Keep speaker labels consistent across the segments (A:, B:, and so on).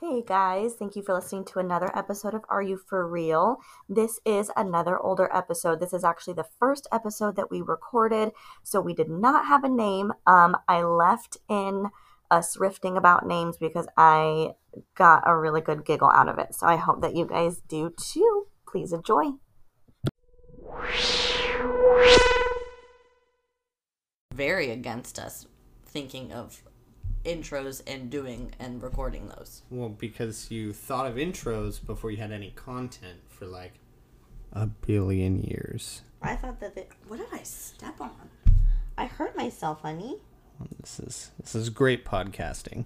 A: Hey guys, thank you for listening to another episode of Are You For Real? This is another older episode. This is actually the first episode that we recorded, so we did not have a name. Um, I left in us riffing about names because I got a really good giggle out of it. So I hope that you guys do too. Please enjoy.
B: very against us thinking of intros and doing and recording those.
C: Well, because you thought of intros before you had any content for like a billion years.
B: I thought that they, what did I step on? I hurt myself, honey.
C: This is this is great podcasting.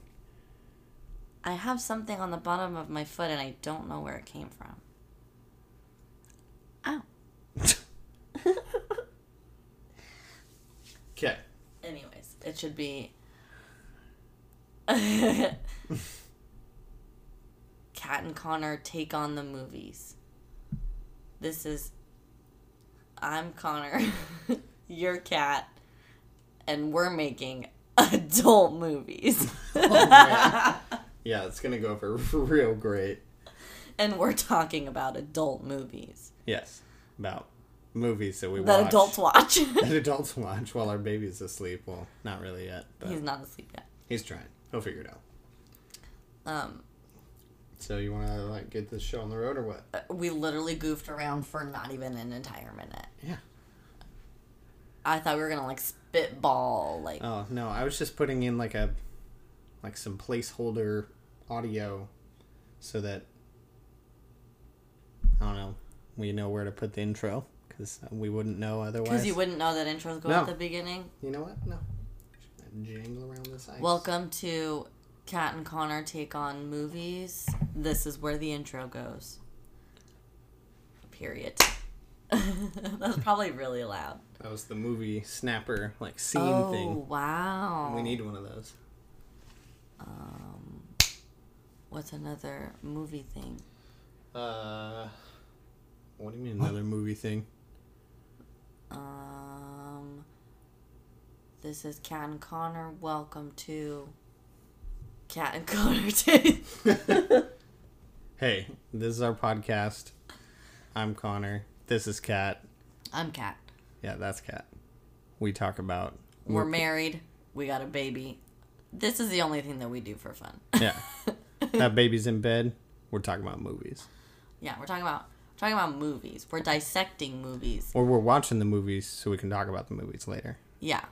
B: I have something on the bottom of my foot and I don't know where it came from. Ow.
C: Okay.
B: Anyways, it should be Cat and Connor take on the movies. This is I'm Connor, you're Cat, and we're making adult movies.
C: Yeah, it's gonna go over real great.
B: and we're talking about adult movies
C: Yes, about movies that we
B: that
C: watch.
B: adults watch.
C: that adults watch while our baby's asleep. Well, not really yet, but
B: He's
C: he's,
B: not asleep yet.
C: trying. He'll figure it out.
B: Um,
C: So you want to like get this show on the road or what?
B: we literally goofed around for not even an entire minute.
C: Yeah.
B: I thought we were gonna like spitball like
C: Oh no, I was just putting in like a like some placeholder audio so that I don't know, we know where to put the intro cuz we wouldn't know otherwise.
B: because you wouldn't know that intros go
C: No.
B: at the beginning.
C: You know what? No. Jangle around this ice.
B: Welcome to Cat and Connor take on movies. This is where the intro goes. Period. That's probably really loud.
C: That was the movie snapper like scene
B: oh
C: thing.
B: wow!
C: We need one of those.
B: Um, what's another movie thing?
C: Uh What do you mean another movie thing?
B: Um, this is Cat and Connor. Welcome to Cat and Connor. Take-
C: Hey, this is our podcast. I'm Connor. This is Kat.
B: I'm Cat.
C: Yeah, that's Kat. We talk about
B: We're married. We got a baby. This is the only thing that we do for fun.
C: Yeah. that baby's in bed. We're talking about movies.
B: yeah, we're talking about talking about movies. We're dissecting movies.
C: Or we're watching the movies so we can talk about the movies later.
B: Yeah,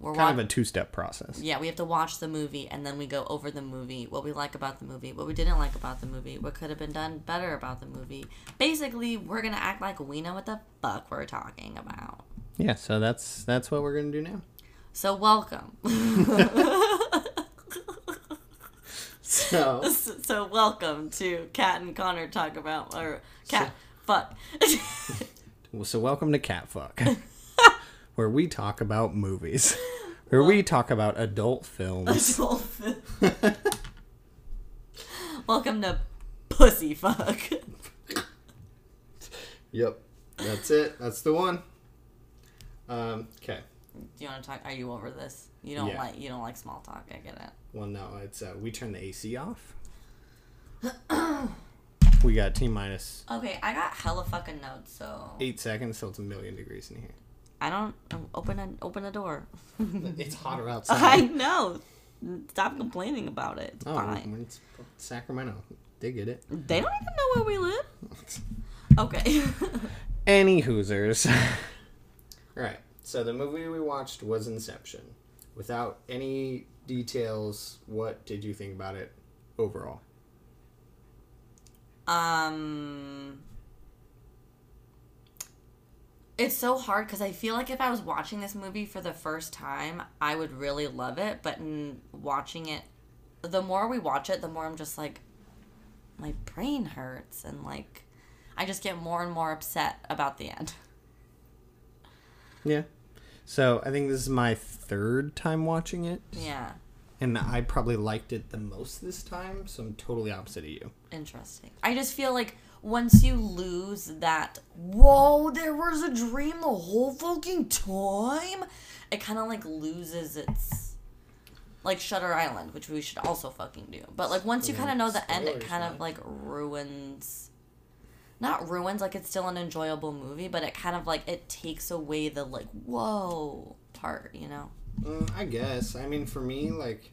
B: we're
C: Kind
B: wa-
C: of a two step process.
B: yeah, we have to watch the movie and then we go over the movie, what we like about the movie, what we didn't like about the movie, what could have been done better about the movie. Basically, we're gonna act like we know what the fuck we're talking about.
C: Yeah, so that's that's what we're gonna do now.
B: So welcome.
C: So
B: so welcome to Cat and Connor talk about or cat fuck.
C: so welcome to Catfuck. where we talk about movies. Where we talk about adult films.
B: welcome to pussy fuck.
C: Yep. That's it. That's the one. Um, okay.
B: Do you want to talk? Are you over this? You don't
C: Yeah.
B: like you don't like small talk. I get it.
C: Well no, it's uh, we turn the AC off. we got T minus
B: Okay, I got hella fucking notes, so
C: eight seconds, so it's a million degrees in here.
B: I don't um, open a open a door.
C: It's hotter
B: I
C: outside.
B: know. Stop complaining about it. It's
C: Oh,
B: fine.
C: when it's Sacramento, they get it.
B: They don't even know where we live. Okay.
C: Any hoosers. All right. So the movie we watched was Inception. Without any details, what did you think about it overall?
B: Um, it's so hard because I feel like if I was watching this movie for the first time, I would really love it. But in watching it, the more we watch it, the more I'm just like, my brain hurts and like, I just get more and more upset about the end.
C: Yeah. So I think this is my third time watching it,
B: Yeah,
C: and I probably liked it the most this time. So I'm totally opposite of you.
B: interesting. I just feel like once you lose that, whoa, there was a dream the whole fucking time. It kind of like loses its like Shutter Island, which we should also fucking do. But like once you
C: Yeah,
B: kind of know the end, it
C: spoilers,
B: kind of
C: man.
B: like ruins. Not ruins, like it's still an enjoyable movie, but it kind of like it takes away the like whoa part, you know.
C: Mm, I guess. I mean, for me, like,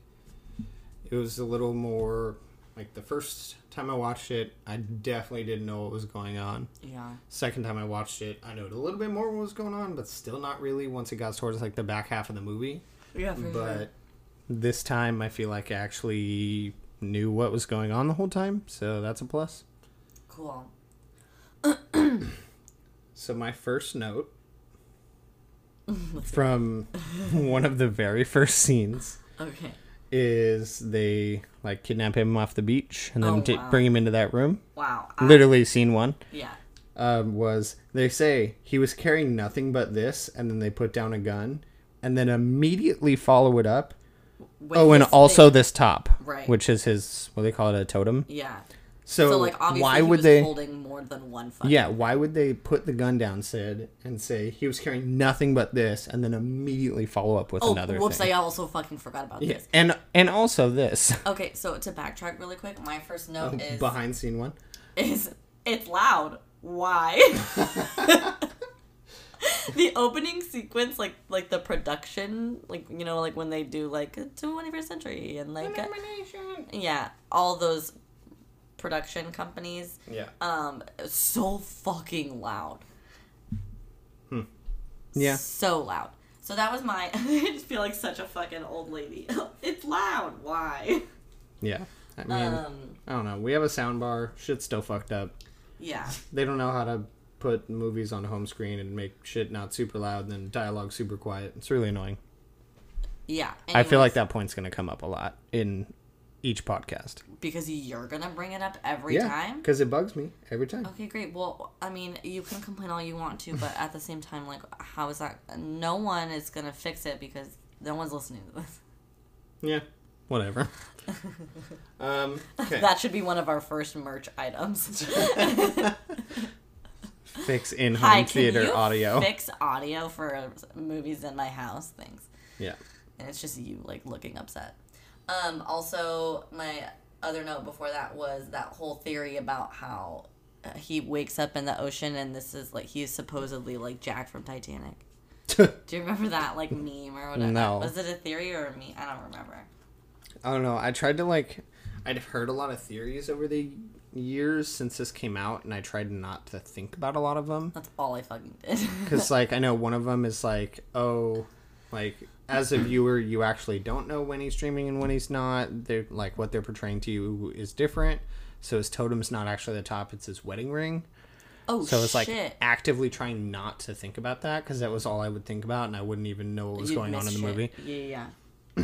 C: it was a little more. Like, the first time I watched it, I definitely didn't know what was going on.
B: Yeah.
C: Second time I watched it, I knowed a little bit more what was going on, but still not really once it got towards, like, the back half of the movie.
B: Yeah, for
C: But this time, I feel like I actually knew what was going on the whole time, so that's a plus.
B: Cool.
C: So, my first note from one of the very first scenes.
B: Okay.
C: is they like kidnap him off the beach and then
B: Oh,
C: ta-
B: wow.
C: bring him into that room.
B: Wow.
C: Literally, scene one
B: yeah.
C: um, was they say he was carrying nothing but this, and then they put down a gun, and then immediately follow it up. oh, and also this top,
B: Right.
C: Which is his what do they call it a totem.
B: Yeah.
C: So,
B: So like obviously
C: why
B: he
C: would
B: was
C: they?
B: holding more than one fucking
C: yeah, why would they put the gun down, Sid, and say he was carrying nothing but this, and then immediately follow up with
B: Oh,
C: another
B: whoops!
C: thing?
B: I also fucking forgot about
C: yeah,
B: this.
C: and and also this
B: Okay, so to backtrack really quick, my first note is
C: behind scene one.
B: is it's loud. Why? the opening sequence, like like the production, like you know, like when they do like 21st century and like uh, yeah, all those production companies,
C: Yeah.
B: um, so fucking loud.
C: Yeah.
B: so loud. So that was my. I just feel like such a fucking old lady. it's loud. Why?
C: Yeah. I mean,
B: Um.
C: I don't know. We have a sound bar. Shit's still fucked up.
B: Yeah.
C: They don't know how to put movies on home screen and make shit not super loud and then dialogue super quiet. It's really annoying.
B: Yeah.
C: I
B: anyways,
C: feel like that point's going to come up a lot in each podcast.
B: because you're gonna bring it up every time. Oh.
C: Because it bugs me every time.
B: Okay, great. Well, I mean, you can complain all you want to, but at the same time, like, how is that? No one is gonna fix it because no one's listening to this.
C: Yeah. Whatever. um, okay.
B: That should be one of our first merch items.
C: Fix in home
B: Hi,
C: theater
B: can you
C: audio.
B: fix audio for movies in my house? Thanks.
C: yeah.
B: and it's just you like looking upset. Um, also, my other note before that was that whole theory about how uh, he wakes up in the ocean and this is like he's supposedly like Jack from Titanic. Do you remember that like meme or whatever?
C: No.
B: Was it a theory or a meme? I don't remember.
C: I don't know. I tried to like. I'd heard a lot of theories over the years since this came out, and I tried not to think about a lot of them.
B: That's all I fucking did.
C: because like i know one of them is like oh like as a viewer you actually don't know when he's streaming and when he's not they're like what they're portraying to you is different so his totem's not actually the top it's his wedding ring
B: oh
C: so it's like
B: shit!
C: actively trying not to think about that because that was all i would think about and i wouldn't even know what was
B: You'd
C: going on in
B: miss
C: the
B: shit.
C: movie
B: Yeah, yeah, yeah.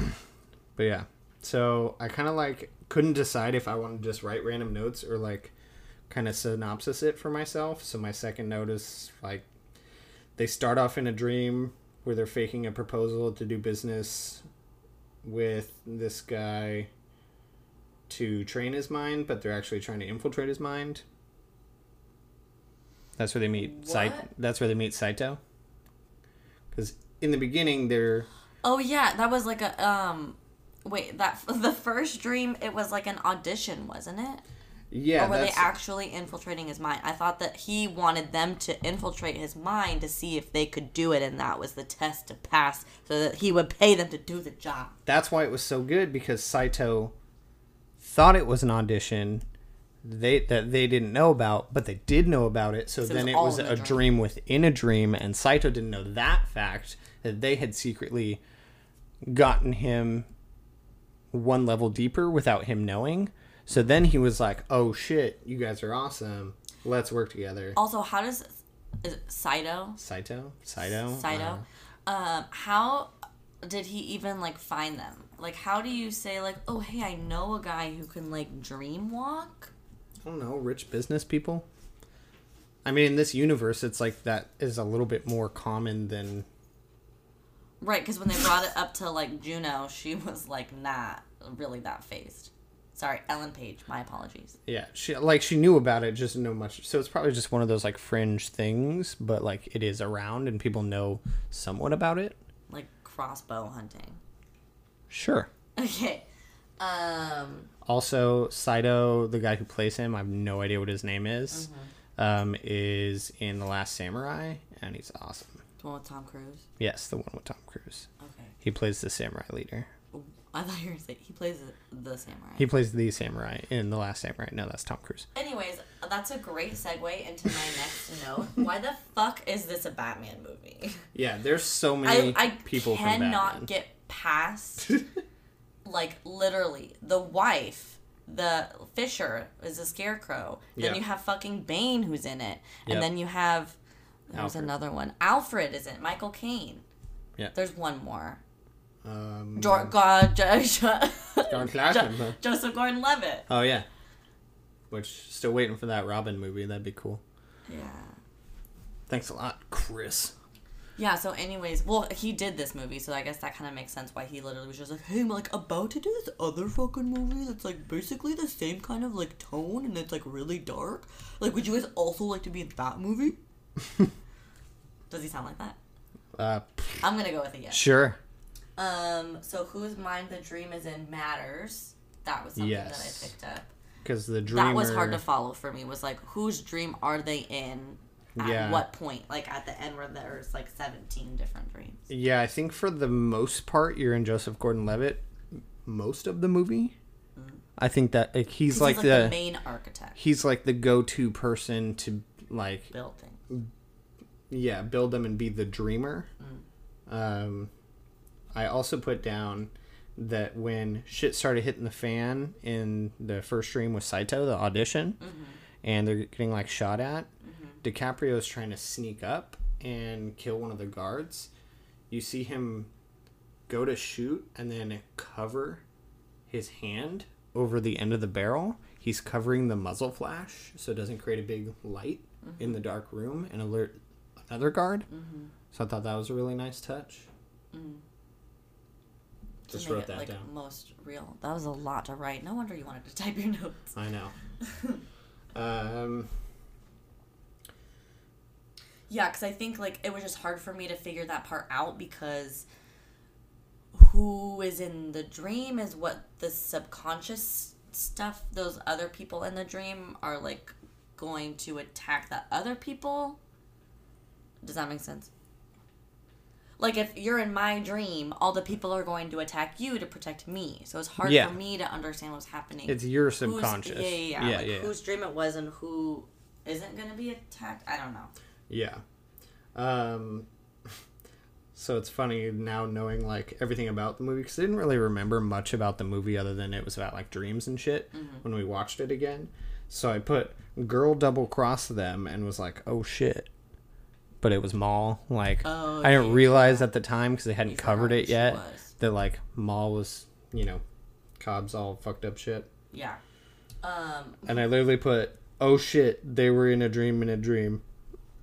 C: but yeah so i kind of like couldn't decide if i wanted to just write random notes or like kind of synopsis it for myself so my second note is like they start off in a dream where they're faking a proposal to do business with this guy to train his mind but they're actually trying to infiltrate his mind that's where they meet Sai-
B: What?
C: that's where they meet saito because in the beginning they're
B: Oh yeah, that was like a um. Wait, that the first dream it was like an audition, wasn't it?
C: yeah
B: or were Oh, they
C: that's-
B: actually infiltrating his mind? I thought that he wanted them to infiltrate his mind to see if they could do it, and that was the test to pass, so that he would pay them to do the job.
C: that's why it was so good because Saito thought it was an audition they that they didn't know about, but they did know about it. So,
B: So it
C: then
B: was
C: it
B: all
C: was
B: in
C: a
B: the
C: dream.
B: dream.
C: within a dream, and Saito didn't know that fact that they had secretly gotten him one level deeper without him knowing. So then he was like, "Oh shit, you guys are awesome. Let's work together."
B: Also, how does is it Saito?
C: Saito, Saito, Uh-huh.
B: Saito, um, how did he even like find them? Like, how do you say like, oh hey, I know a guy who can like dream walk?
C: I don't know, rich business people. I mean, in this universe, it's like that is a little bit more common than
B: Right, because when they brought it up to like Juno, she was like not really that phased. Sorry, Ellen Page. My apologies.
C: yeah. She like she knew about it, just didn't know much. So it's probably just one of those like fringe things, but like it is around and people know somewhat about it.
B: like crossbow hunting.
C: Sure,
B: Okay. Um,
C: Also, Saito, the guy who plays him, I have no idea what his name is, um, is in The Last Samurai, and he's awesome.
B: the one with Tom Cruise.
C: Yes, the one with Tom Cruise.
B: Okay.
C: He plays the samurai leader.
B: Ooh, I thought you were saying he plays the, the samurai.
C: He plays the samurai in The Last Samurai. No, that's Tom Cruise.
B: Anyways, that's a great segue into my next note. Why the fuck is this a Batman movie?
C: Yeah, there's so
B: I,
C: many
B: I
C: people from
B: cannot
C: Batman.
B: get past, like, literally, the wife, the Fisher is a scarecrow. Then
C: Yeah.
B: you have fucking Bane who's in it. And
C: Yep.
B: then you have, there's
C: Alfred.
B: another one. Alfred is in it. Michael Caine.
C: Yeah.
B: There's one more.
C: um,
B: Jor- God, Jo- Jo-
C: John Clashman, huh?
B: Joseph Gordon Levitt.
C: Oh yeah. Which still waiting for that Robin movie. That'd be cool.
B: Yeah.
C: Thanks a lot, Chris.
B: Yeah, so anyways, well, he did this movie, so I guess that kind of makes sense why he literally was just like, hey, I'm like about to do this other fucking movie that's like basically the same kind of like tone and it's like really dark. Like, would you guys also like to be in that movie? Does he sound like that?
C: Uh,
B: I'm gonna go with a yes.
C: sure.
B: Um, so whose mind the dream is in matters. That was something
C: Yes.
B: that I picked up.
C: Because the dreamer.
B: That was hard to follow for me. Was like, whose dream are they in? At
C: Yeah.
B: what point? Like at the end where there's like 17 different dreams.
C: Yeah, I think for the most part, you're in Joseph Gordon-Levitt most of the movie. I think that like, he's, like,
B: Mm. he's
C: the,
B: main architect
C: he's like the go-to person to like
B: building.
C: yeah build them and be the dreamer. Um, I also put down that when shit started hitting the fan in the first dream with Saito, the audition, and they're getting like shot at,
B: Mm-hmm.
C: DiCaprio's trying to sneak up and kill one of the guards. You see him go to shoot and then cover his hand over the end of the barrel. He's covering the muzzle flash so it doesn't create a big light
B: Mm-hmm.
C: in the dark room and alert another guard. So I thought that was a really nice touch.
B: Mm. to
C: Just
B: make
C: wrote
B: it,
C: that
B: like,
C: down.
B: Most real. That was a lot to write. No wonder you wanted to type your notes.
C: I know. um,
B: Yeah, because I think like it was just hard for me to figure that part out because who is in the dream is what the subconscious stuff. Those other people in the dream are like going to attack the other people. Does that make sense? Like if you're in my dream, all the people are going to attack you to protect me. So it's hard
C: Yeah.
B: for me to understand what's happening.
C: it's your
B: Who's-
C: subconscious.
B: Yeah, yeah, yeah.
C: yeah,
B: like
C: yeah.
B: whose dream it was and who isn't going to be attacked. I don't know.
C: Yeah. Um, so it's funny now knowing like everything about the movie because I didn't really remember much about the movie other than it was about like dreams and shit when we watched it again. So I put girl double cross them and was like, oh shit. But it was Maul. Like
B: Oh,
C: I didn't realize at the time because they hadn't
B: You forgot
C: covered
B: who
C: it
B: she
C: yet
B: was.
C: that like Maul was you know Cobb's all fucked up shit.
B: Yeah. Um,
C: And I literally put, oh shit, they were in a dream in a dream.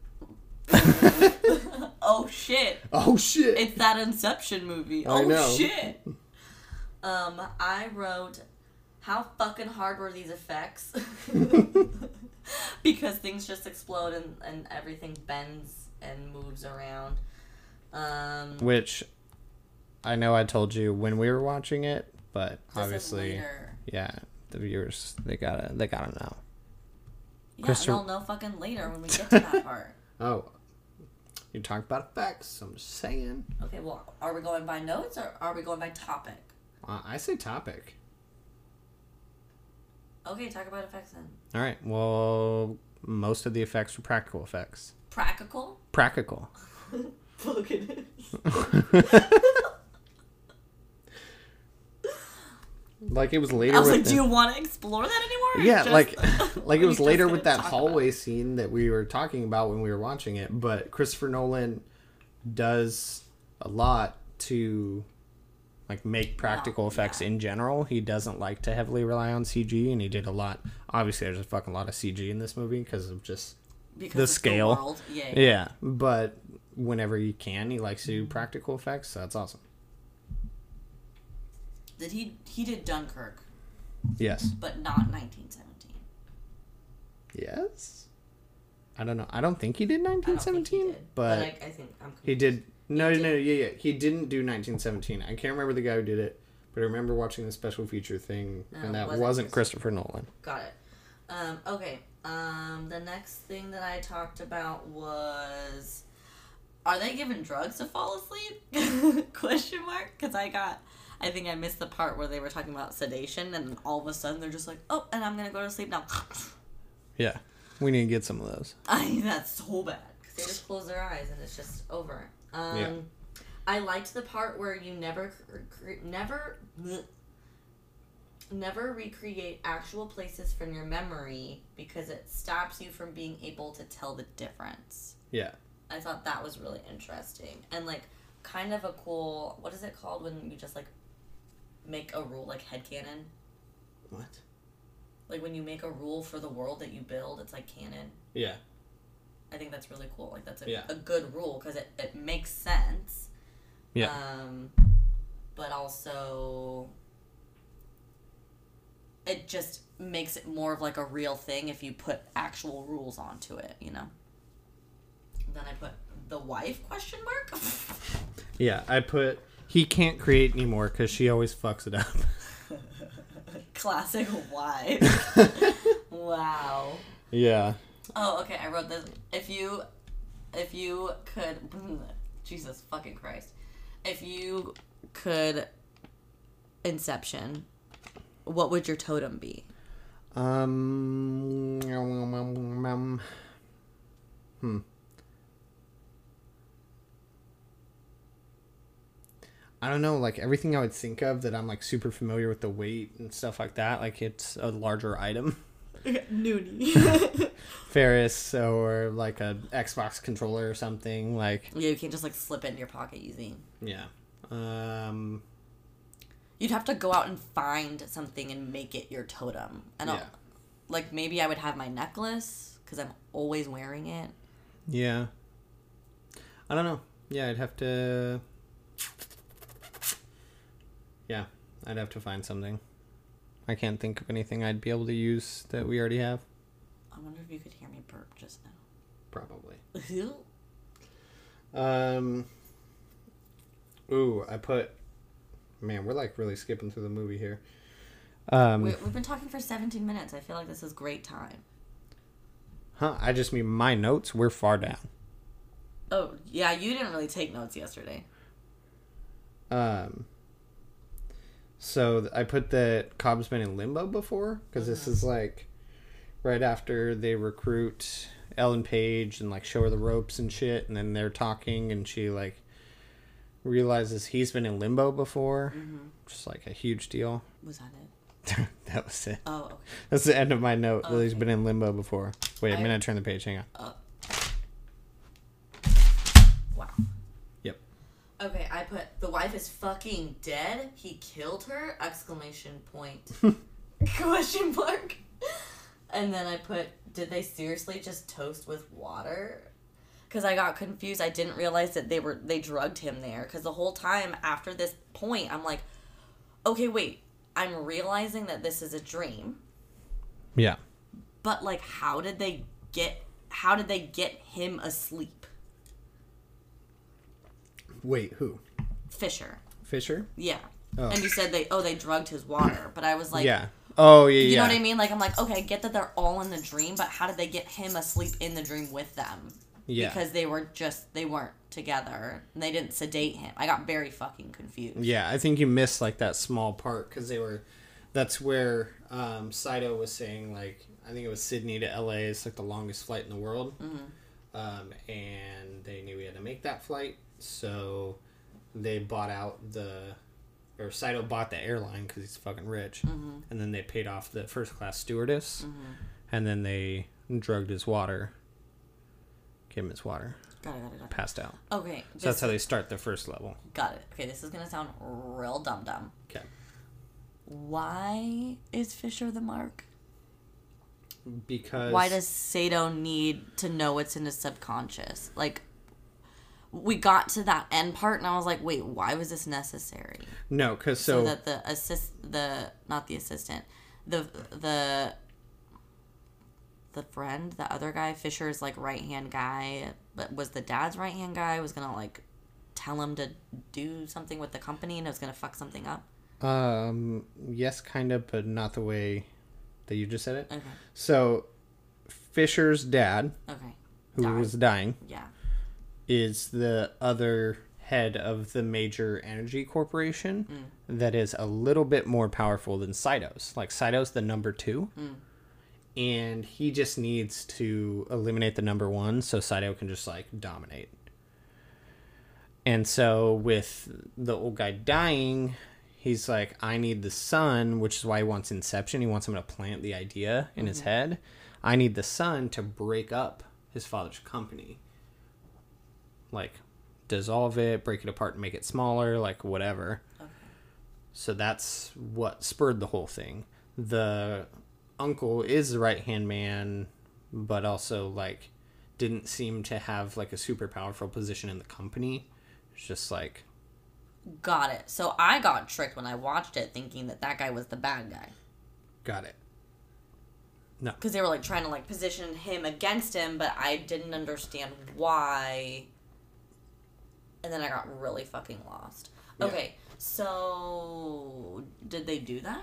B: oh shit.
C: Oh shit.
B: It's that Inception movie.
C: I
B: oh
C: know.
B: shit. Um, I wrote how fucking hard were these effects? because things just explode and, and everything bends and moves around. Um
C: which I know I told you when we were watching it, but
B: this is
C: obviously,
B: later.
C: yeah, the viewers they gotta they gotta know.
B: Yeah,
C: Christo-
B: they'll know fucking later when we get to that part.
C: Oh, you talk about effects. I'm just saying.
B: Okay, well, are we going by notes or are we going by topic?
C: Uh, I say topic.
B: Okay, talk about effects then.
C: All right. Well, most of the effects were practical effects.
B: Practical?
C: Practical.
B: Look at it.
C: like it was later.
B: I was
C: with
B: like,
C: the-
B: do you want to explore that anymore? or
C: yeah,
B: just-
C: like like it
B: are
C: was
B: you
C: later
B: just
C: with
B: gonna
C: that
B: talk
C: hallway scene that we were talking about when we were watching it, but Christopher Nolan does a lot to like
B: Oh,
C: make practical effects in general. He doesn't like to heavily rely on CG and he did a lot. Obviously, there's a fucking lot of CG in this movie because of just
B: about it? Because
C: the
B: it's
C: scale.
B: world. Yeah, yeah.
C: yeah, but whenever he can, he likes to do practical effects. So that's awesome.
B: Did he he did Dunkirk,
C: Yes.
B: but not 1917.
C: Yes. I don't know. I don't think he did
B: I don't think he
C: 1917,
B: did,
C: but
B: I, I think I'm
C: He did. No,
B: He
C: no,
B: did.
C: yeah, yeah. He didn't do 1917. I can't remember the guy who did it, But I remember watching the special feature thing,
B: it
C: and that
B: wasn't
C: wasn't, Christopher Nolan.
B: Got it. Um, okay. Um, the next thing that I talked about was, are they given drugs to fall asleep? Question mark. Because I got, I think I missed the part where they were talking about sedation, and then all of a sudden they're just like, oh, and I'm gonna go to sleep now.
C: Yeah, we need to get some of those.
B: I mean, that's so bad. 'Cause they just close their eyes and it's just over. Um,
C: Yeah.
B: I liked the part where you never, cr- cr- never, bleh. never recreate actual places from your memory because it stops you from being able to tell the difference.
C: Yeah,
B: I thought that was really interesting and like kind of a cool. What is it called when you just like make a rule like headcanon?
C: what?
B: Like when you make a rule for the world that you build, it's like canon.
C: Yeah,
B: I think that's really cool. Like that's a,
C: Yeah.
B: a good rule because it, it makes sense.
C: Yeah.
B: Um, but also, it just makes it more of like a real thing if you put actual rules onto it. You know. Then I put the wife question mark.
C: yeah. I put he can't create anymore because she always fucks it up.
B: Classic wife. wow.
C: yeah,
B: Oh, okay. I wrote this. If you, if you could, Jesus fucking Christ, if you could, Inception, what would your totem be?
C: Um. um, um, um, Hmm. I don't know. Like everything I would think of that I'm like super familiar with the weight and stuff like that. Like it's a larger item,
B: Noonie.
C: Ferris or like a Xbox controller or something. Like
B: yeah, you can't just like slip it in your pocket easy.
C: yeah. Um.
B: You'd have to go out and find something and make it your totem. And I'll-
C: Yeah.
B: like maybe I would have my necklace because I'm always wearing it.
C: Yeah. I don't know. Yeah, I'd have to. Yeah, I'd have to find something. I can't think of anything I'd be able to use that we already have.
B: I wonder if you could hear me burp just now.
C: Probably.
B: Ew.
C: Um. Ooh, I put. Man, we're like really skipping through the movie here. Um,
B: we, we've been talking for 17 minutes. I feel like this is great time.
C: huh? I just mean my notes. We're far down.
B: Oh, yeah, you didn't really take notes yesterday.
C: Um, so th- I put that Cobb's been in limbo before because this
B: Mm-hmm.
C: is like right after they recruit Ellen Page and like show her the ropes and shit, and then they're talking, and she like realizes he's been in limbo before,
B: Mm-hmm.
C: just like a huge deal.
B: Was that it?
C: that was it.
B: Oh, okay.
C: That's the end of my note. that he's been in limbo before. Wait, I'm
B: I- Uh,
C: gonna turn the page. Hang on.
B: Wow.
C: Yep.
B: Okay, I put the wife is fucking dead. He killed her! Exclamation point. Question mark. And then I put, did they seriously just toast with water? Because I got confused. I didn't realize that they were they drugged him there. Because the whole time after this point, I'm like, okay, wait. I'm realizing that this is a dream.
C: Yeah.
B: but like how did they get how did they get him asleep
C: Wait, who?
B: fisher
C: Fisher?
B: yeah
C: Oh.
B: and you said they oh they drugged his water but i was like
C: yeah. Oh yeah.
B: you
C: yeah.
B: know what i mean like i'm like okay i get that they're all in the dream but how did they get him asleep in the dream with them
C: Yeah.
B: because they were just they weren't together and they didn't sedate him i got very fucking confused
C: Yeah, I think you missed like that small part because they were. That's where um, Saito was saying like I think it was Sydney to L.A. is like the longest flight in the world,
B: Mm-hmm.
C: um, and they knew he had to make that flight, so they bought out the. Or Saito bought the airline because he's fucking rich,
B: Mm-hmm.
C: and then they paid off the first class stewardess, and then they drugged his water, gave him his water,
B: got it got it got it
C: passed out.
B: okay
C: So that's
B: this,
C: how they start the first level.
B: got it okay this is gonna sound real dumb dumb
C: Okay,
B: why is fisher the mark
C: because
B: why does Sato need to know what's in his subconscious? Like, we got to that end part, and I was like, wait, why was this necessary?
C: no because
B: So,
C: so
B: that the assist, the not the assistant, the the the friend, the other guy, Fisher's like right hand guy, but was the dad's right hand guy was gonna like tell him to do something with the company, and it was gonna fuck something up.
C: Um, yes, kind of, but not the way that you just said it.
B: Okay.
C: So, Fisher's dad,
B: Okay.
C: who
B: Died.
C: was dying,
B: Yeah.
C: is the other head of the major energy corporation that is a little bit more powerful than Cytos. Like Cytos, the number two, and he just needs to eliminate the number one so Cyto can just like dominate. And so with the old guy dying, he's like, I need the sun, which is why he wants Inception. He wants him to plant the idea in his head. I need the sun to break up his father's company like dissolve it, break it apart, and make it smaller, like whatever. So that's what spurred the whole thing. The uncle is the right hand man, but also like didn't seem to have like a super powerful position in the company. It's just like
B: Got it. So I got tricked when I watched it, thinking that that guy was the bad guy
C: got it.
B: because they were like trying to like position him against him, but I didn't understand why. And then I got really fucking lost. Okay, so did they do that?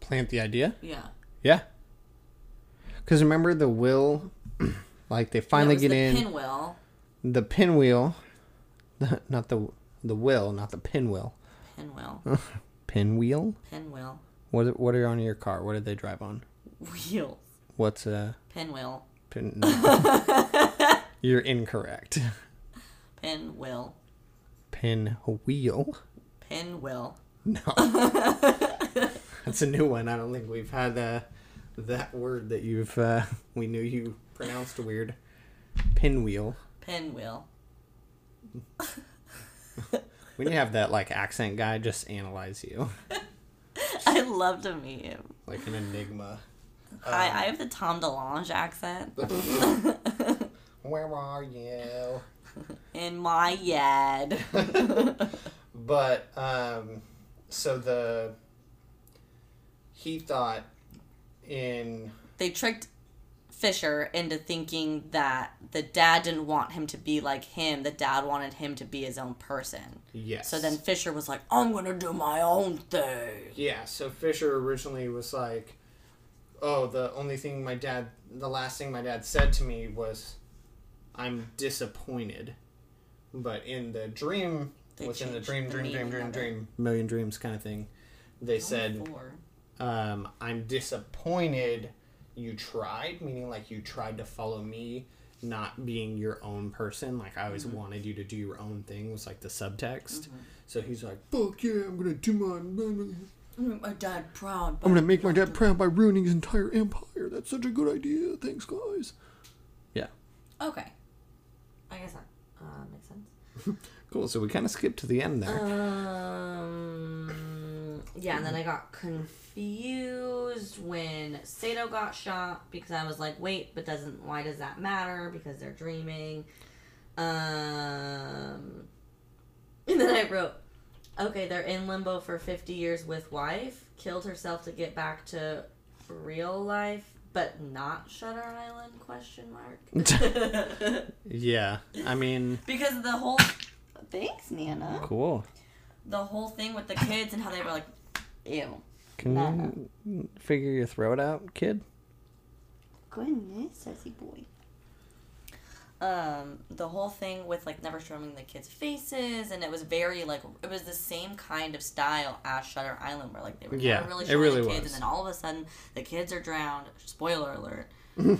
C: Plant the idea.
B: Yeah.
C: Yeah. Because remember the will, like they
B: There
C: finally
B: was
C: get
B: the
C: in
B: pinwheel.
C: the pinwheel, not the the will, not the pinwheel,
B: Pinwheel.
C: pinwheel.
B: Pinwheel.
C: What what are on your car? What did they drive on?
B: Wheels.
C: What's a
B: Pinwheel.
C: pin? no. You're incorrect.
B: Pinwheel.
C: Pin wheel?
B: Pinwheel.
C: No. That's a new one. I don't think we've had uh, that word that you've uh, we knew you pronounced weird. Pinwheel.
B: Pinwheel.
C: We need to have that like accent guy just analyze you
B: I'd love to meet him.
C: like an enigma.
B: Hi, I have the Tom DeLonge accent
C: Where are you?
B: in my yad.
C: But um, so the he thought in
B: they tricked Fisher into thinking that the dad didn't want him to be like him. The dad wanted him to be his own person.
C: yes.
B: So then Fisher was like, I'm gonna do my own thing.
C: yeah. So Fisher originally was like, "Oh, the only thing my dad, the last thing my dad said to me was, I'm disappointed." But in the dream,
B: They
C: within the
B: changed
C: dream,
B: the
C: dream, dream,
B: meaning
C: dream,
B: of it. Oh,
C: dream, million dreams kind of thing, they said.
B: Four.
C: um, I'm disappointed you tried, meaning like you tried to follow me, not being your own person. Like I always wanted you to do your own thing was like the subtext. So he's like, fuck yeah, I'm gonna do my,
B: Make My dad proud.
C: I'm gonna make my dad proud by ruining his entire empire. That's such a good idea. Thanks, guys. Yeah.
B: Okay. I guess that uh, makes sense.
C: Cool. So we kind of skipped to the end there.
B: Uh, Um, yeah, and then I got confused when Sato got shot because I was like, wait, but doesn't why does that matter? Because they're dreaming. Um, and then I wrote, okay, they're in limbo for fifty years with wife, killed herself to get back to real life, but not Shutter Island? Question mark.
C: yeah. I mean,
B: because the whole. Thanks, Nana
C: cool.
B: the whole thing with the kids and how they were like, ew.
C: Can
B: Nah.
C: you figure your throat out, kid?
B: Goodness, sassy boy. Um, the whole thing with like never showing the kids' faces, and it was very like it was the same kind of style as Shutter Island, where like they were
C: Yeah,
B: never really
C: it
B: showing
C: really
B: the kids,
C: was.
B: and then all of a sudden the kids are drowned. Spoiler alert.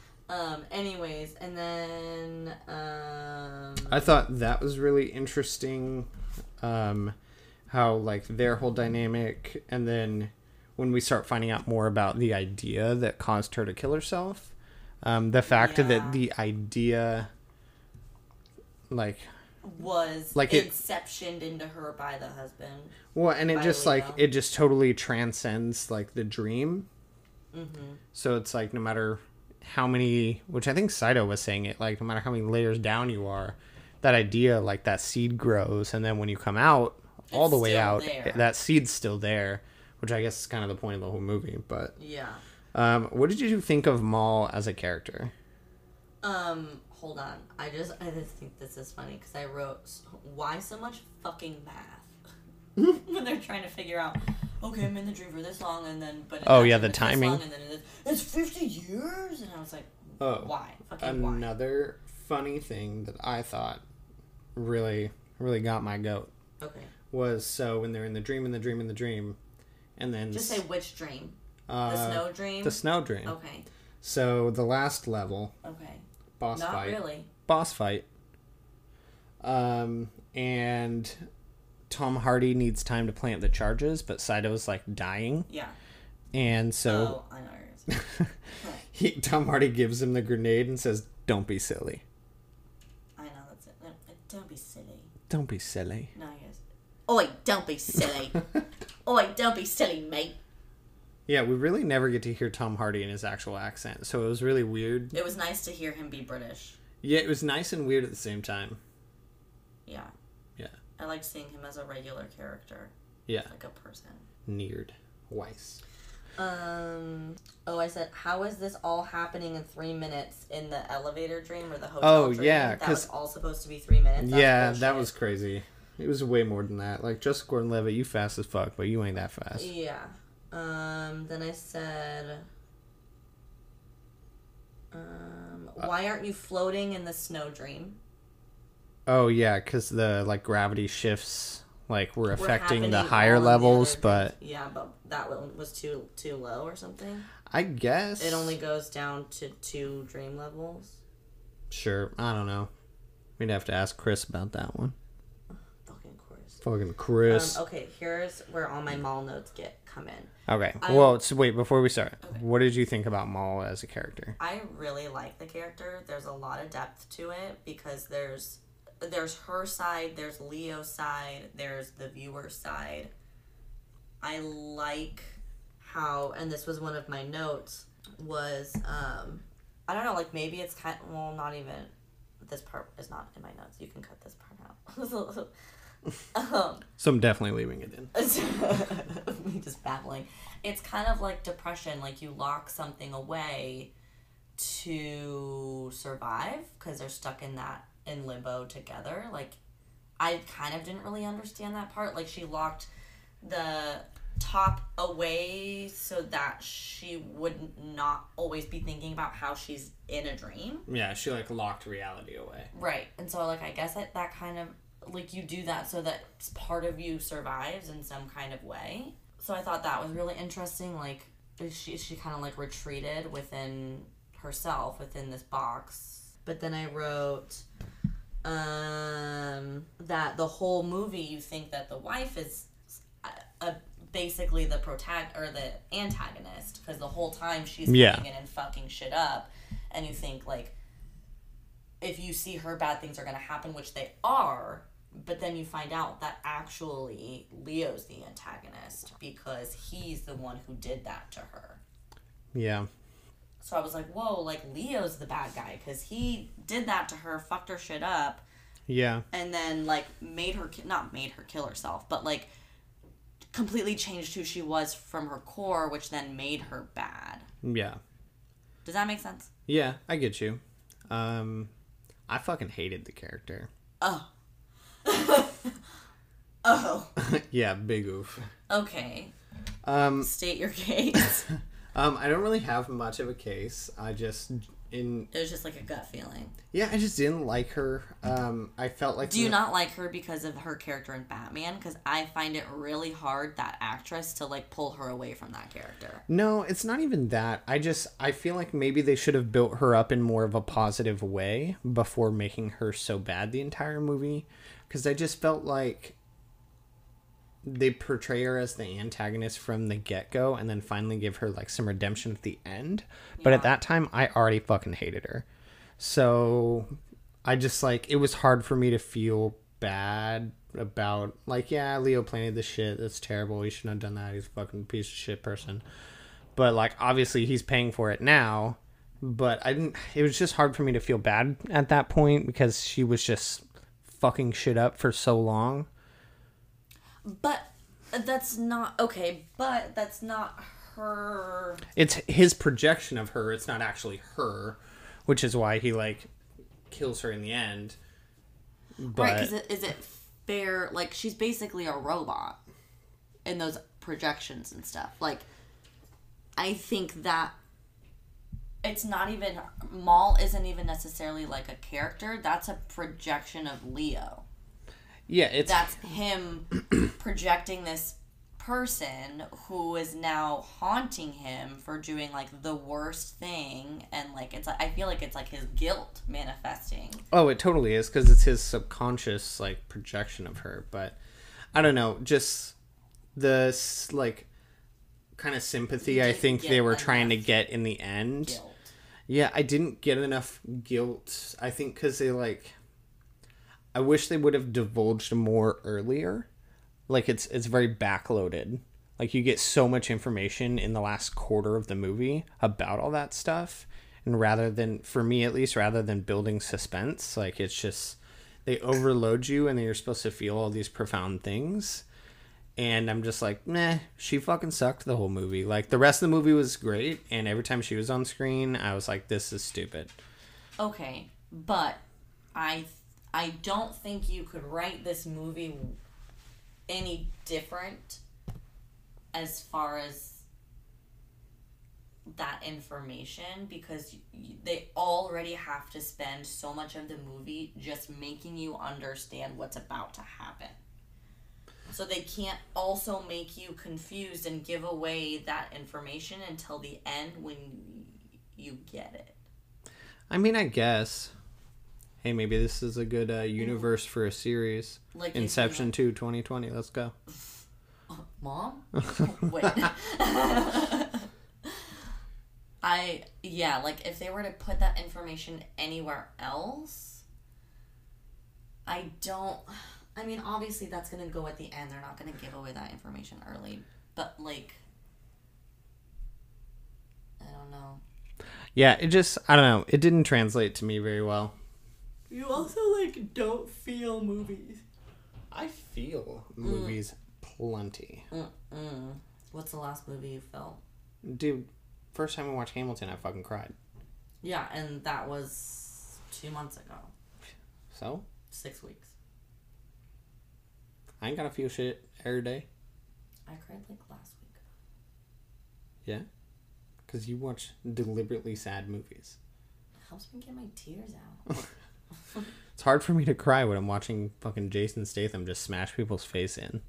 B: um. Anyways, and then um.
C: I thought that was really interesting. Um, how like their whole dynamic, and then when we start finding out more about the idea that caused her to kill herself, um, the fact
B: Yeah.
C: that the idea, like,
B: was
C: Like it-
B: inceptioned into her by the husband.
C: well, and it just
B: Finally,
C: like
B: though.
C: it just totally transcends like the dream.
B: Mm-hmm.
C: So it's like no matter how many, which I think Saito was saying it, like no matter how many layers down you are, that idea, like that seed grows, and then when you come out all
B: It's
C: the way
B: still
C: out,
B: there.
C: that seed's still there, which I guess is kind of the point of the whole movie. But
B: Yeah.
C: um, what did you think of Maul as a character?
B: Um, hold on. I just I just think this is funny because I wrote "S- why so much fucking math. when they're trying to figure out, okay, I'm in the dream for this long, and then but
D: Oh,
B: after
D: yeah, the
B: this long,
D: timing.
B: and then it- it's fifty years, and I was like,
C: Oh,
B: why? Fucking why?
C: Another funny thing that I thought really, really got my goat
B: Okay,
C: was so when they're in the dream, in the dream, in the dream, and then
B: just
C: s-
B: say which dream? The
C: uh,
B: snow dream.
C: the snow dream.
B: Okay,
C: So the last level
B: okay,
C: boss
B: not
C: fight,
B: really.
C: boss fight, um, and Tom Hardy needs time to plant the charges, but Saito's like dying,
B: Yeah.
C: and so
B: Oh, I know. Yours.
C: he, Tom Hardy gives him the grenade and says, "Don't be silly,
B: I know that's it. No, Don't be silly.
C: don't be silly."
B: No, I guess. Oi, don't be silly. Oi, don't be silly, mate.
C: Yeah, we really never get to hear Tom Hardy in his actual accent, so it was really weird.
B: It was nice to hear him be British.
C: Yeah, it was nice and weird at the same time.
B: Yeah.
C: Yeah.
B: I like seeing him as a regular character,
C: Yeah,
B: like a person.
C: Neared Weiss.
B: Um. Oh, I said, how is this all happening in three minutes in the elevator dream or the hotel?
C: Oh,
B: dream?
C: yeah,
B: that
C: 'cause-
B: was all supposed to be three minutes. That's
C: yeah, that
B: bullshit.
C: was crazy. It was way more than that. Like Joseph Gordon-Levitt, you fast as fuck, but you ain't that fast.
B: Yeah. Um. Then I said. Um.
C: Uh,
B: Why aren't you floating in the snow dream?
C: Oh yeah, because the like gravity shifts like were
B: Were
C: affecting the
B: happening
C: higher
B: all in the
C: levels,
B: other
C: but
B: dreams. yeah, but that one was too too low or something.
C: I guess
B: It only goes down to two dream levels.
C: sure. I don't know. We'd have to ask Chris about that one.
B: Fucking course.
C: Fucking
B: Um,
C: Chris.
B: okay, here's where all my mall notes get come in.
C: okay.
B: I-
C: well, so wait before we start. What did you think about Maul as a character?
B: I really like the character. There's a lot of depth to it because there's there's her side, there's Leo's side, there's the viewer side. I like how and this was one of my notes was um I don't know, like maybe it's kind well not even this part is not in my notes. You can cut this part out. um
C: So I'm definitely leaving it in.
B: me just babbling. It's kind of like depression, like you lock something away to survive because they're stuck in that in limbo together. Like I kind of didn't really understand that part. Like she locked the top away so that she would not always be thinking about how she's in a dream.
C: Yeah, she like locked reality away.
B: Right. And so, like, I guess that, that kind of, like, you do that so that s- part of you survives in some kind of way. So I thought that was really interesting. Like, she, she kind of, like, retreated within herself, within this box. But then I wrote um, that the whole movie, you think that the wife is a, a, basically the protagonist or the antagonist because the whole time she's
C: Yeah.
B: coming in and fucking shit up. And you think, like, if you see her bad things are going to happen which they are but then you find out that actually leo's the antagonist because he's the one who did that to her
C: Yeah.
B: so i was like whoa like leo's the bad guy because he did that to her fucked her shit up
C: Yeah.
B: and then like made her ki- not made her kill herself but like completely changed who she was from her core which then made her bad
C: Yeah.
B: does that make sense
C: Yeah, I get you. Um I fucking hated the character.
B: oh oh
C: yeah, big oof.
B: okay
C: Um
B: state your case.
C: um I don't really have much of a case. I just in
B: it was just like a gut feeling.
C: yeah, I just didn't like her. Um I felt like
B: Do you
C: the-
B: not like her because of her character in Batman? Because I find it really hard that actress to like pull her away from that character.
C: No, it's not even that. I just I feel like maybe they should have built her up in more of a positive way before making her so bad the entire movie cuz I just felt like they portray her as the antagonist from the get-go and then finally give her like some redemption at the end. But at that time I already fucking hated her. So I just like it was hard for me to feel bad about like yeah Leo planted this shit that's terrible he shouldn't have done that he's a fucking piece of shit person but like obviously he's paying for it now but I didn't it was just hard for me to feel bad at that point because she was just fucking shit up for so long
B: But uh, that's not okay. But that's not her.
C: it's his projection of her it's not actually her which is why he like kills her in the end but
B: Right? Because is it fair? Like she's basically a robot. in those projections and stuff. Like, I think that it's not even Maul isn't even necessarily like a character. That's a projection of Leo.
C: Yeah, it's
B: That's him projecting this person who is now haunting him for doing like the worst thing and like it's I feel like it's like his guilt manifesting.
C: Oh, it totally is because it's his subconscious like projection of her. But I don't know, just the s- like kind of sympathy I
B: didn't
C: think
B: get
C: they were
B: enough
C: trying to get in the end.
B: Guilt.
C: Yeah, I didn't get enough guilt. I think because they like, I wish they would have divulged more earlier. Like it's it's very backloaded. Like you get so much information in the last quarter of the movie about all that stuff, and rather than for me at least, rather than building suspense, like it's just they overload you and then you're supposed to feel all these profound things. And I'm just like, nah, she fucking sucked the whole movie. Like the rest of the movie was great, and every time she was on screen, I was like, this is stupid.
B: Okay, but I I don't think you could write this movie any different as far as that information because you, they already have to spend so much of the movie just making you understand what's about to happen. So they can't also make you confused and give away that information until the end when you get it.
C: I mean, I guess. Hey, maybe this is a good uh, universe for a series.
B: Like if you-
C: Inception 2 2020. Let's go.
B: mom wait i yeah like if they were to put that information anywhere else i don't i mean obviously that's gonna go at the end they're not gonna give away that information early but like i don't know
C: Yeah, it just, I don't know. It didn't translate to me very well.
D: You also like don't feel movies.
C: I feel Mm. movies plenty.
B: Mm-mm. what's the last movie you felt
C: Dude, first time I watched Hamilton, I fucking cried.
B: yeah and that was two months ago
C: So,
B: six weeks
C: I ain't gotta feel shit every day.
B: i cried like last week
C: Yeah? Because you watch deliberately sad movies.
B: helps me get my tears out
C: It's hard for me to cry when I'm watching fucking Jason Statham just smash people's face in.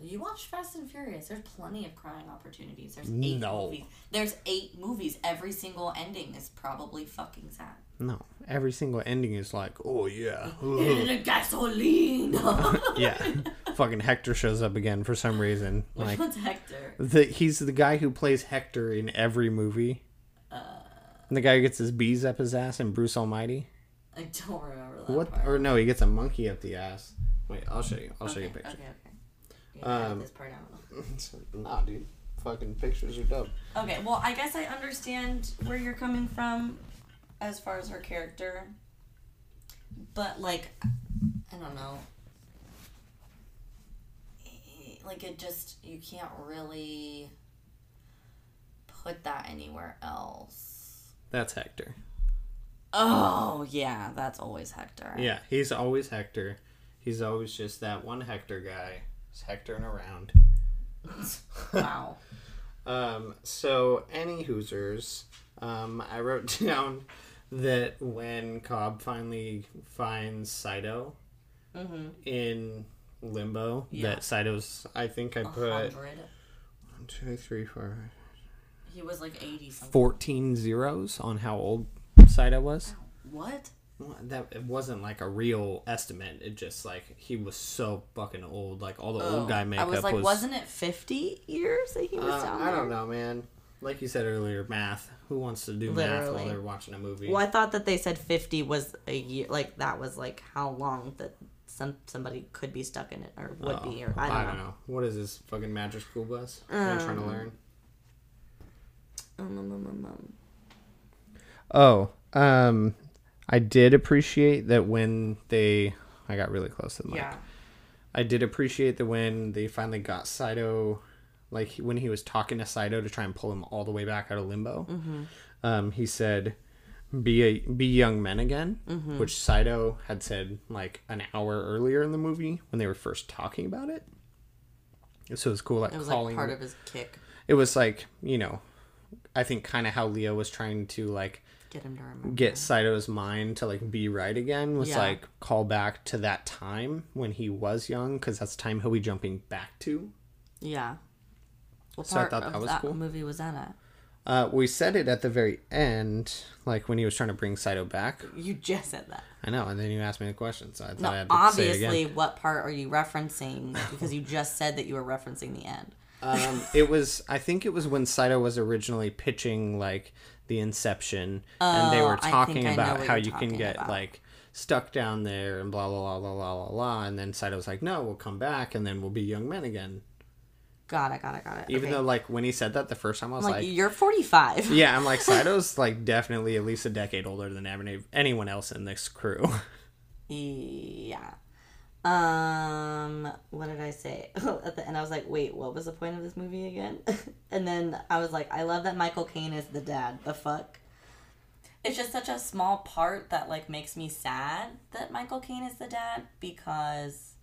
B: You watch Fast and Furious. There's plenty of crying opportunities. There's eight
C: No.
B: movies. There's eight movies. Every single ending is probably fucking sad.
C: No, every single ending is like, oh yeah, ugh."
B: In gasoline.
C: yeah. fucking Hector shows up again for some reason.
B: Which
C: Like
B: one's Hector?
C: the, he's the guy who plays Hector in every movie. And the guy who gets his bees up his ass in Bruce Almighty.
B: I don't remember that
C: What?
B: part.
C: Or no, he gets a monkey up the ass. Wait, I'll show you. I'll show you a
B: okay,
C: picture.
B: okay, okay. Yeah,
C: Um,
B: this part out.
C: nah, dude. Fucking pictures are dope.
B: Okay, well, I guess I understand where you're coming from as far as her character. But, like, I don't know. Like, it just, you can't really put that anywhere else.
C: That's Hector.
B: Oh, yeah, that's always Hector.
C: Yeah, he's always Hector. He's always just that one Hector guy. He's hectoring around.
B: Wow.
C: Um, so, any Hoosers, um, I wrote down that when Cobb finally finds Saito in Limbo,
B: Mm-hmm. Yeah.
C: that Saito's, I think I put
B: 100.
C: one, two, three, four,
B: He was like 80 something.
C: 14 zeros on how old Saito was.
B: What?
C: Well, That it wasn't like a real estimate. It just like he was so fucking old. Like all the old guy
B: Oh, I
C: makeup
B: was like, wasn't it 50 years that he was
C: Uh,
B: down
C: I
B: there?
C: don't know, man. Like you said earlier, math. Who wants to do math while
B: Literally.
C: they're watching a movie?
D: Well, I thought that they said 50 was a year. Like, that was like how long that some somebody could be stuck in it or would be.
C: Oh,
D: Or I don't, know.
C: What is this fucking magic school bus? I'm trying to learn.
D: Um, um, um, um.
C: Oh, um, I did appreciate that when they. I got really close to the mic.
D: Yeah.
C: I did appreciate that when they finally got Saito, like when
B: Mm-hmm.
C: he was talking to Saito to try and pull him all the way back out of limbo. Um, he said, be a, be young men again,
B: Mm-hmm.
C: which Saito had said like an hour earlier in the movie when they were first talking about it. So it was cool, like
B: It was
C: calling
B: like part of his kick.
C: it was like you know, I think kind of how Leo was trying to like
B: Get him to remember.
C: get Saito's mind to like be right again was
B: Yeah.
C: like call back to that time when he was young because that's the time he'll be jumping back to.
B: Yeah. What
C: So I
B: part
C: thought
B: of
C: that was
B: that
C: cool.
B: movie was that at?
C: Uh, we said it at the very end, like when he was trying to bring Saito back.
B: You just said that.
C: I know, and then you asked me the question, so I thought I
B: No,
C: had to say it
B: obviously,
C: again.
B: what part are you referencing? Because you just said that you were referencing the end.
C: Um, it was, I think it was when Saito was originally pitching like the Inception, and they
B: Oh, I
C: were
B: think
C: talking
B: I know
C: about
B: what
C: how
B: you're
C: you can
B: talking
C: get
B: about.
C: like stuck down there and blah blah blah blah blah blah blah, and then Saito was like, "No, we'll come back, and then we'll be young men again."
B: Got it. Got it. Got it.
C: Even
B: Okay.
C: though, like, when he said that the first time, I was
B: I'm like,
C: like,
B: you're 45.
C: "Yeah," I'm like, Saito's like definitely at least a decade older than every- anyone else in this crew.
B: Yeah. Um, what did I say? At the end, I was like, wait, what was the point of this movie again? and then I was like, I love that Michael Caine is the dad. The fuck? It's just such a small part that, like, makes me sad that Michael Caine is the dad because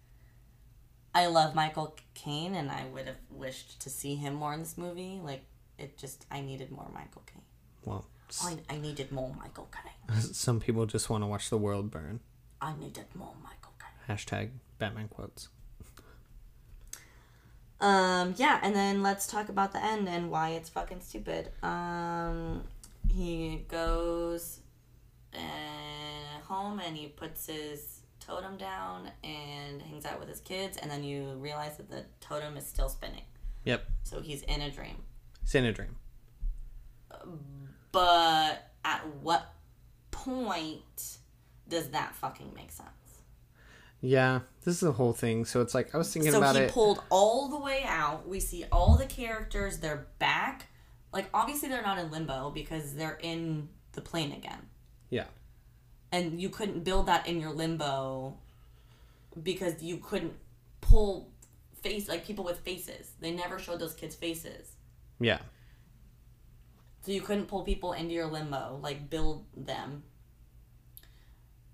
B: I love Michael Caine and I would have wished to see him more in this movie. Like, it just, I needed more Michael Caine.
C: well, s-
B: I, I needed more Michael Caine.
C: some people just want to watch the world burn.
B: I needed more Michael Caine.
C: Hashtag Batman quotes.
B: Um, yeah, and then let's talk about the end and why it's fucking stupid. Um, he goes uh, home and he puts his totem down and hangs out with his kids, and then you realize that the totem is still spinning.
C: Yep,
B: So he's in a dream.
C: it's in a dream.
B: But at what point does that fucking make sense?
C: Yeah, this is the whole thing. So it's like I was thinking
B: so
C: about
B: he
C: it.
B: pulled all the way out. We see all the characters. They're back. Like obviously they're not in limbo because they're in the plane again,
C: yeah,
B: and you couldn't build that in your limbo because you couldn't pull face like people with faces. They never showed those kids' faces,
C: yeah,
B: so you couldn't pull people into your limbo like build them.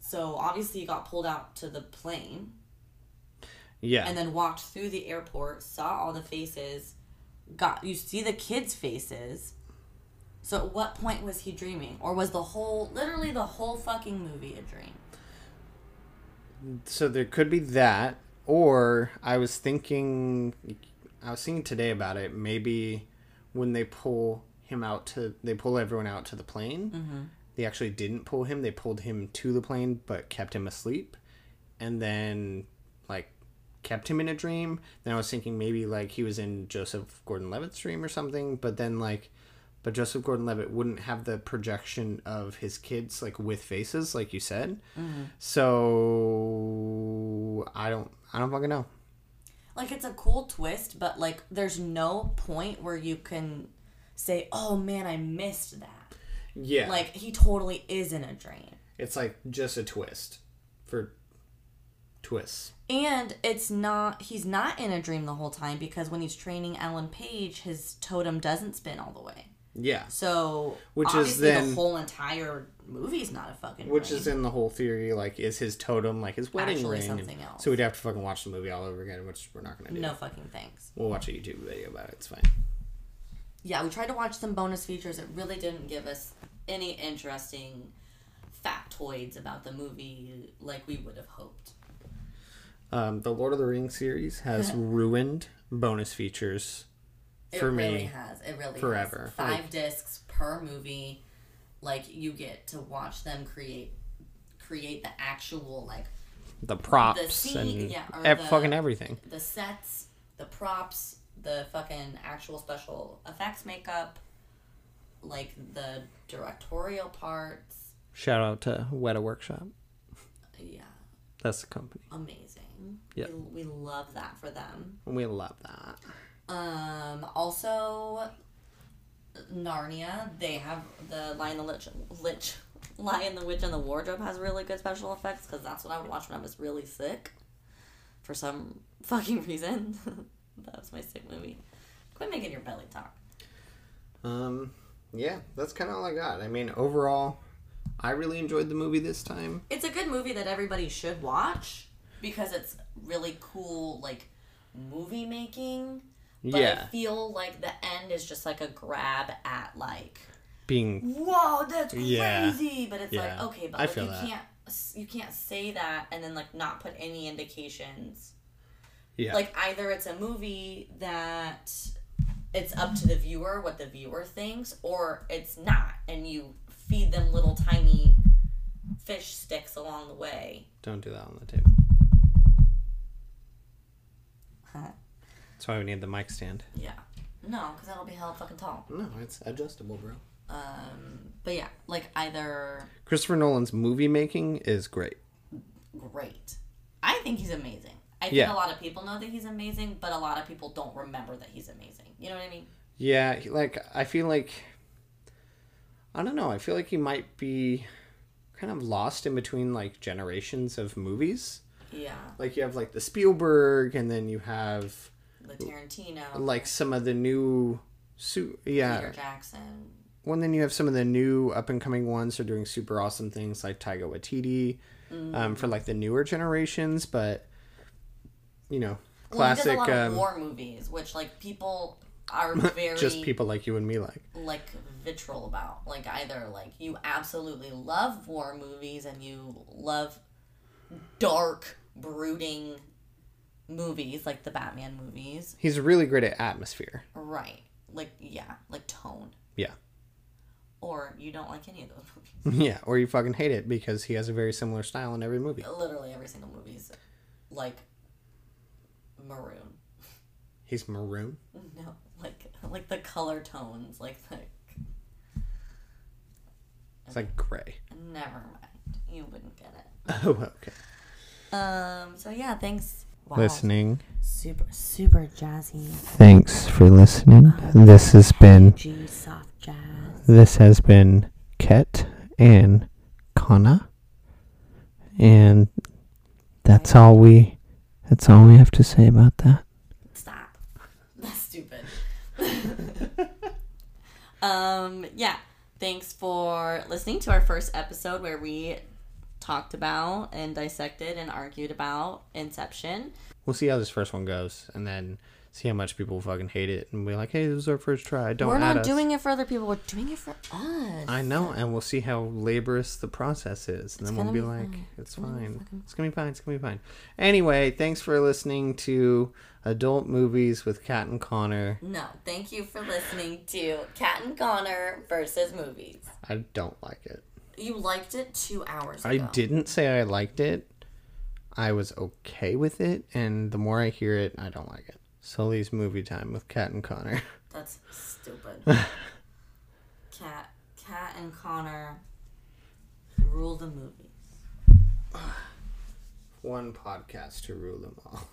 B: So obviously he got pulled out to the plane.
C: yeah.
B: and then walked through the airport, saw all the faces, got you see the kids' faces. So at what point was he dreaming? Or was the whole literally the whole fucking movie a dream?
C: so there could be that, or I was thinking, I was thinking today about it. Maybe when they pull him out to, they pull everyone out to the plane. They actually didn't pull him. They pulled him to the plane, but kept him asleep, and then like kept him in a dream. Then I was thinking maybe like he was in Joseph Gordon-Levitt's dream or something, but then like. But Joseph Gordon-Levitt wouldn't have the projection of his kids like with faces, like you said. So I don't I don't fucking know.
B: Like it's a cool twist, but like there's no point where you can say, "Oh man, I missed that."
C: Yeah.
B: Like he totally is in a dream.
C: it's like just a twist for twists.
B: And it's not he's not in a dream the whole time because when he's training Alan Page, his totem doesn't spin all the way.
C: Yeah.
B: So
C: Which is
B: obviously
C: then-
B: the whole entire movie's not a fucking
C: Which
B: dream.
C: is in the whole theory, like is his totem like his wedding
B: Actually
C: ring?
B: something else.
C: So we'd have to fucking watch the movie all over again, which we're not gonna do.
B: no fucking things.
C: We'll watch a YouTube video about it, it's fine.
B: Yeah, we tried to watch some bonus features. It really didn't give us any interesting factoids about the movie like we would have hoped.
C: Um, the Lord of the Rings series has ruined bonus features
B: It
C: for
B: really
C: me.
B: has. It really
C: forever.
B: Has. Five
C: Like-
B: discs per movie. Like you get to watch them create create the actual like
C: The props
B: scene-
C: and
B: yeah, or
C: ev-
B: the-
C: fucking everything.
B: the sets, the props, the fucking actual special effects makeup, like the directorial parts.
C: Shout out to Weta Workshop.
B: Yeah,
C: That's the company.
B: amazing.
C: Yeah.
B: We, we love that for them.
C: We love that.
B: Um, also, Narnia, they have the Lion, the Lich, Lich, Lion, the Witch, and the Wardrobe has really good special effects because that's what I would watch when I was really sick for some fucking reason. that was my sick movie. Quit making your belly talk.
C: Um, yeah, that's kind of all I got. I mean, overall, I really enjoyed the movie this time.
B: It's a good movie that everybody should watch because it's really cool, like movie making. But I
C: yeah,
B: feel like the end is just like a grab at like,
C: being
B: whoa, that's crazy.
C: Yeah.
B: But it's like
C: Yeah.
B: okay, but
C: I
B: like,
C: feel
B: you
C: that.
B: can't you can't say that and then like not put any indications.
C: yeah,
B: Like either it's a movie that it's up to the viewer what the viewer thinks, or it's not, and you feed them little tiny fish sticks along the way.
C: don't do that on the table.
D: Huh.
C: That's why we need the mic stand.
B: Yeah. No, because that'll be hell fucking tall.
C: No, it's adjustable, bro.
B: Um, but yeah, like either
C: Christopher Nolan's movie making is great.
B: great. I think he's amazing. I think
C: Yeah.
B: a lot of people know that he's amazing, but a lot of people don't remember that he's amazing. You know what I mean?
C: Yeah, he- like I feel like I don't know. I feel like he might be kind of lost in between like generations of movies.
B: Yeah.
C: Like you have like the Spielberg, and then you have
B: The Tarantino,
C: like some of the new su- yeah
B: Peter Jackson.
C: well, and then you have some of the new up and coming ones who are doing super awesome things like Taiga Waititi um, for like the newer generations, but you know, classic
B: well, he does a lot of
C: um,
B: war movies, which like people are very
C: just people like you and me like.
B: like vitriol about. Like either like you absolutely love war movies and you love dark, brooding movies like the Batman movies.
C: He's really great at atmosphere.
B: Right. Like yeah, like tone.
C: Yeah.
B: Or you don't like any of those movies.
C: Yeah, or you fucking hate it because he has a very similar style in every movie.
B: Literally every single movie's like maroon.
C: He's maroon.
B: No, like like the color tones, like the
C: It's like gray.
B: never mind. You wouldn't get it.
C: Oh, okay.
B: Um so yeah, thanks. Wow.
C: Listening.
D: Super, super jazzy.
C: Thanks for listening. This has been
D: G soft jazz.
C: this has been Ket and Kana. And that's all we that's all we have to say about that.
B: Stop. That's stupid. um, yeah. Thanks for listening to our first episode where we talked about and dissected and argued about Inception.
C: We'll see how this first one goes and then see how much people fucking hate it and be like, "Hey, this is our first try. Don't
B: We're
C: at
B: not
C: us."
B: doing it for other people. We're doing it for us.
C: I know, and we'll see how laborious the process is. And then we'll
B: gonna
C: be,
B: be
C: like,
B: fine.
C: it's fine. It's going to be fine. It's going to be fine. Anyway, thanks for listening to Adult Movies with Kat and Connor.
B: No, thank you for listening to Cat and Connor versus movies.
C: I don't like it.
B: You liked it two hours
C: I
B: ago.
C: didn't say I liked it. I was okay with it, and the more I hear it, I don't like it. Sully's movie time with Kat and Connor.
B: That's stupid. Cat, Cat and Connor rule the movies.
C: One podcast to rule them all.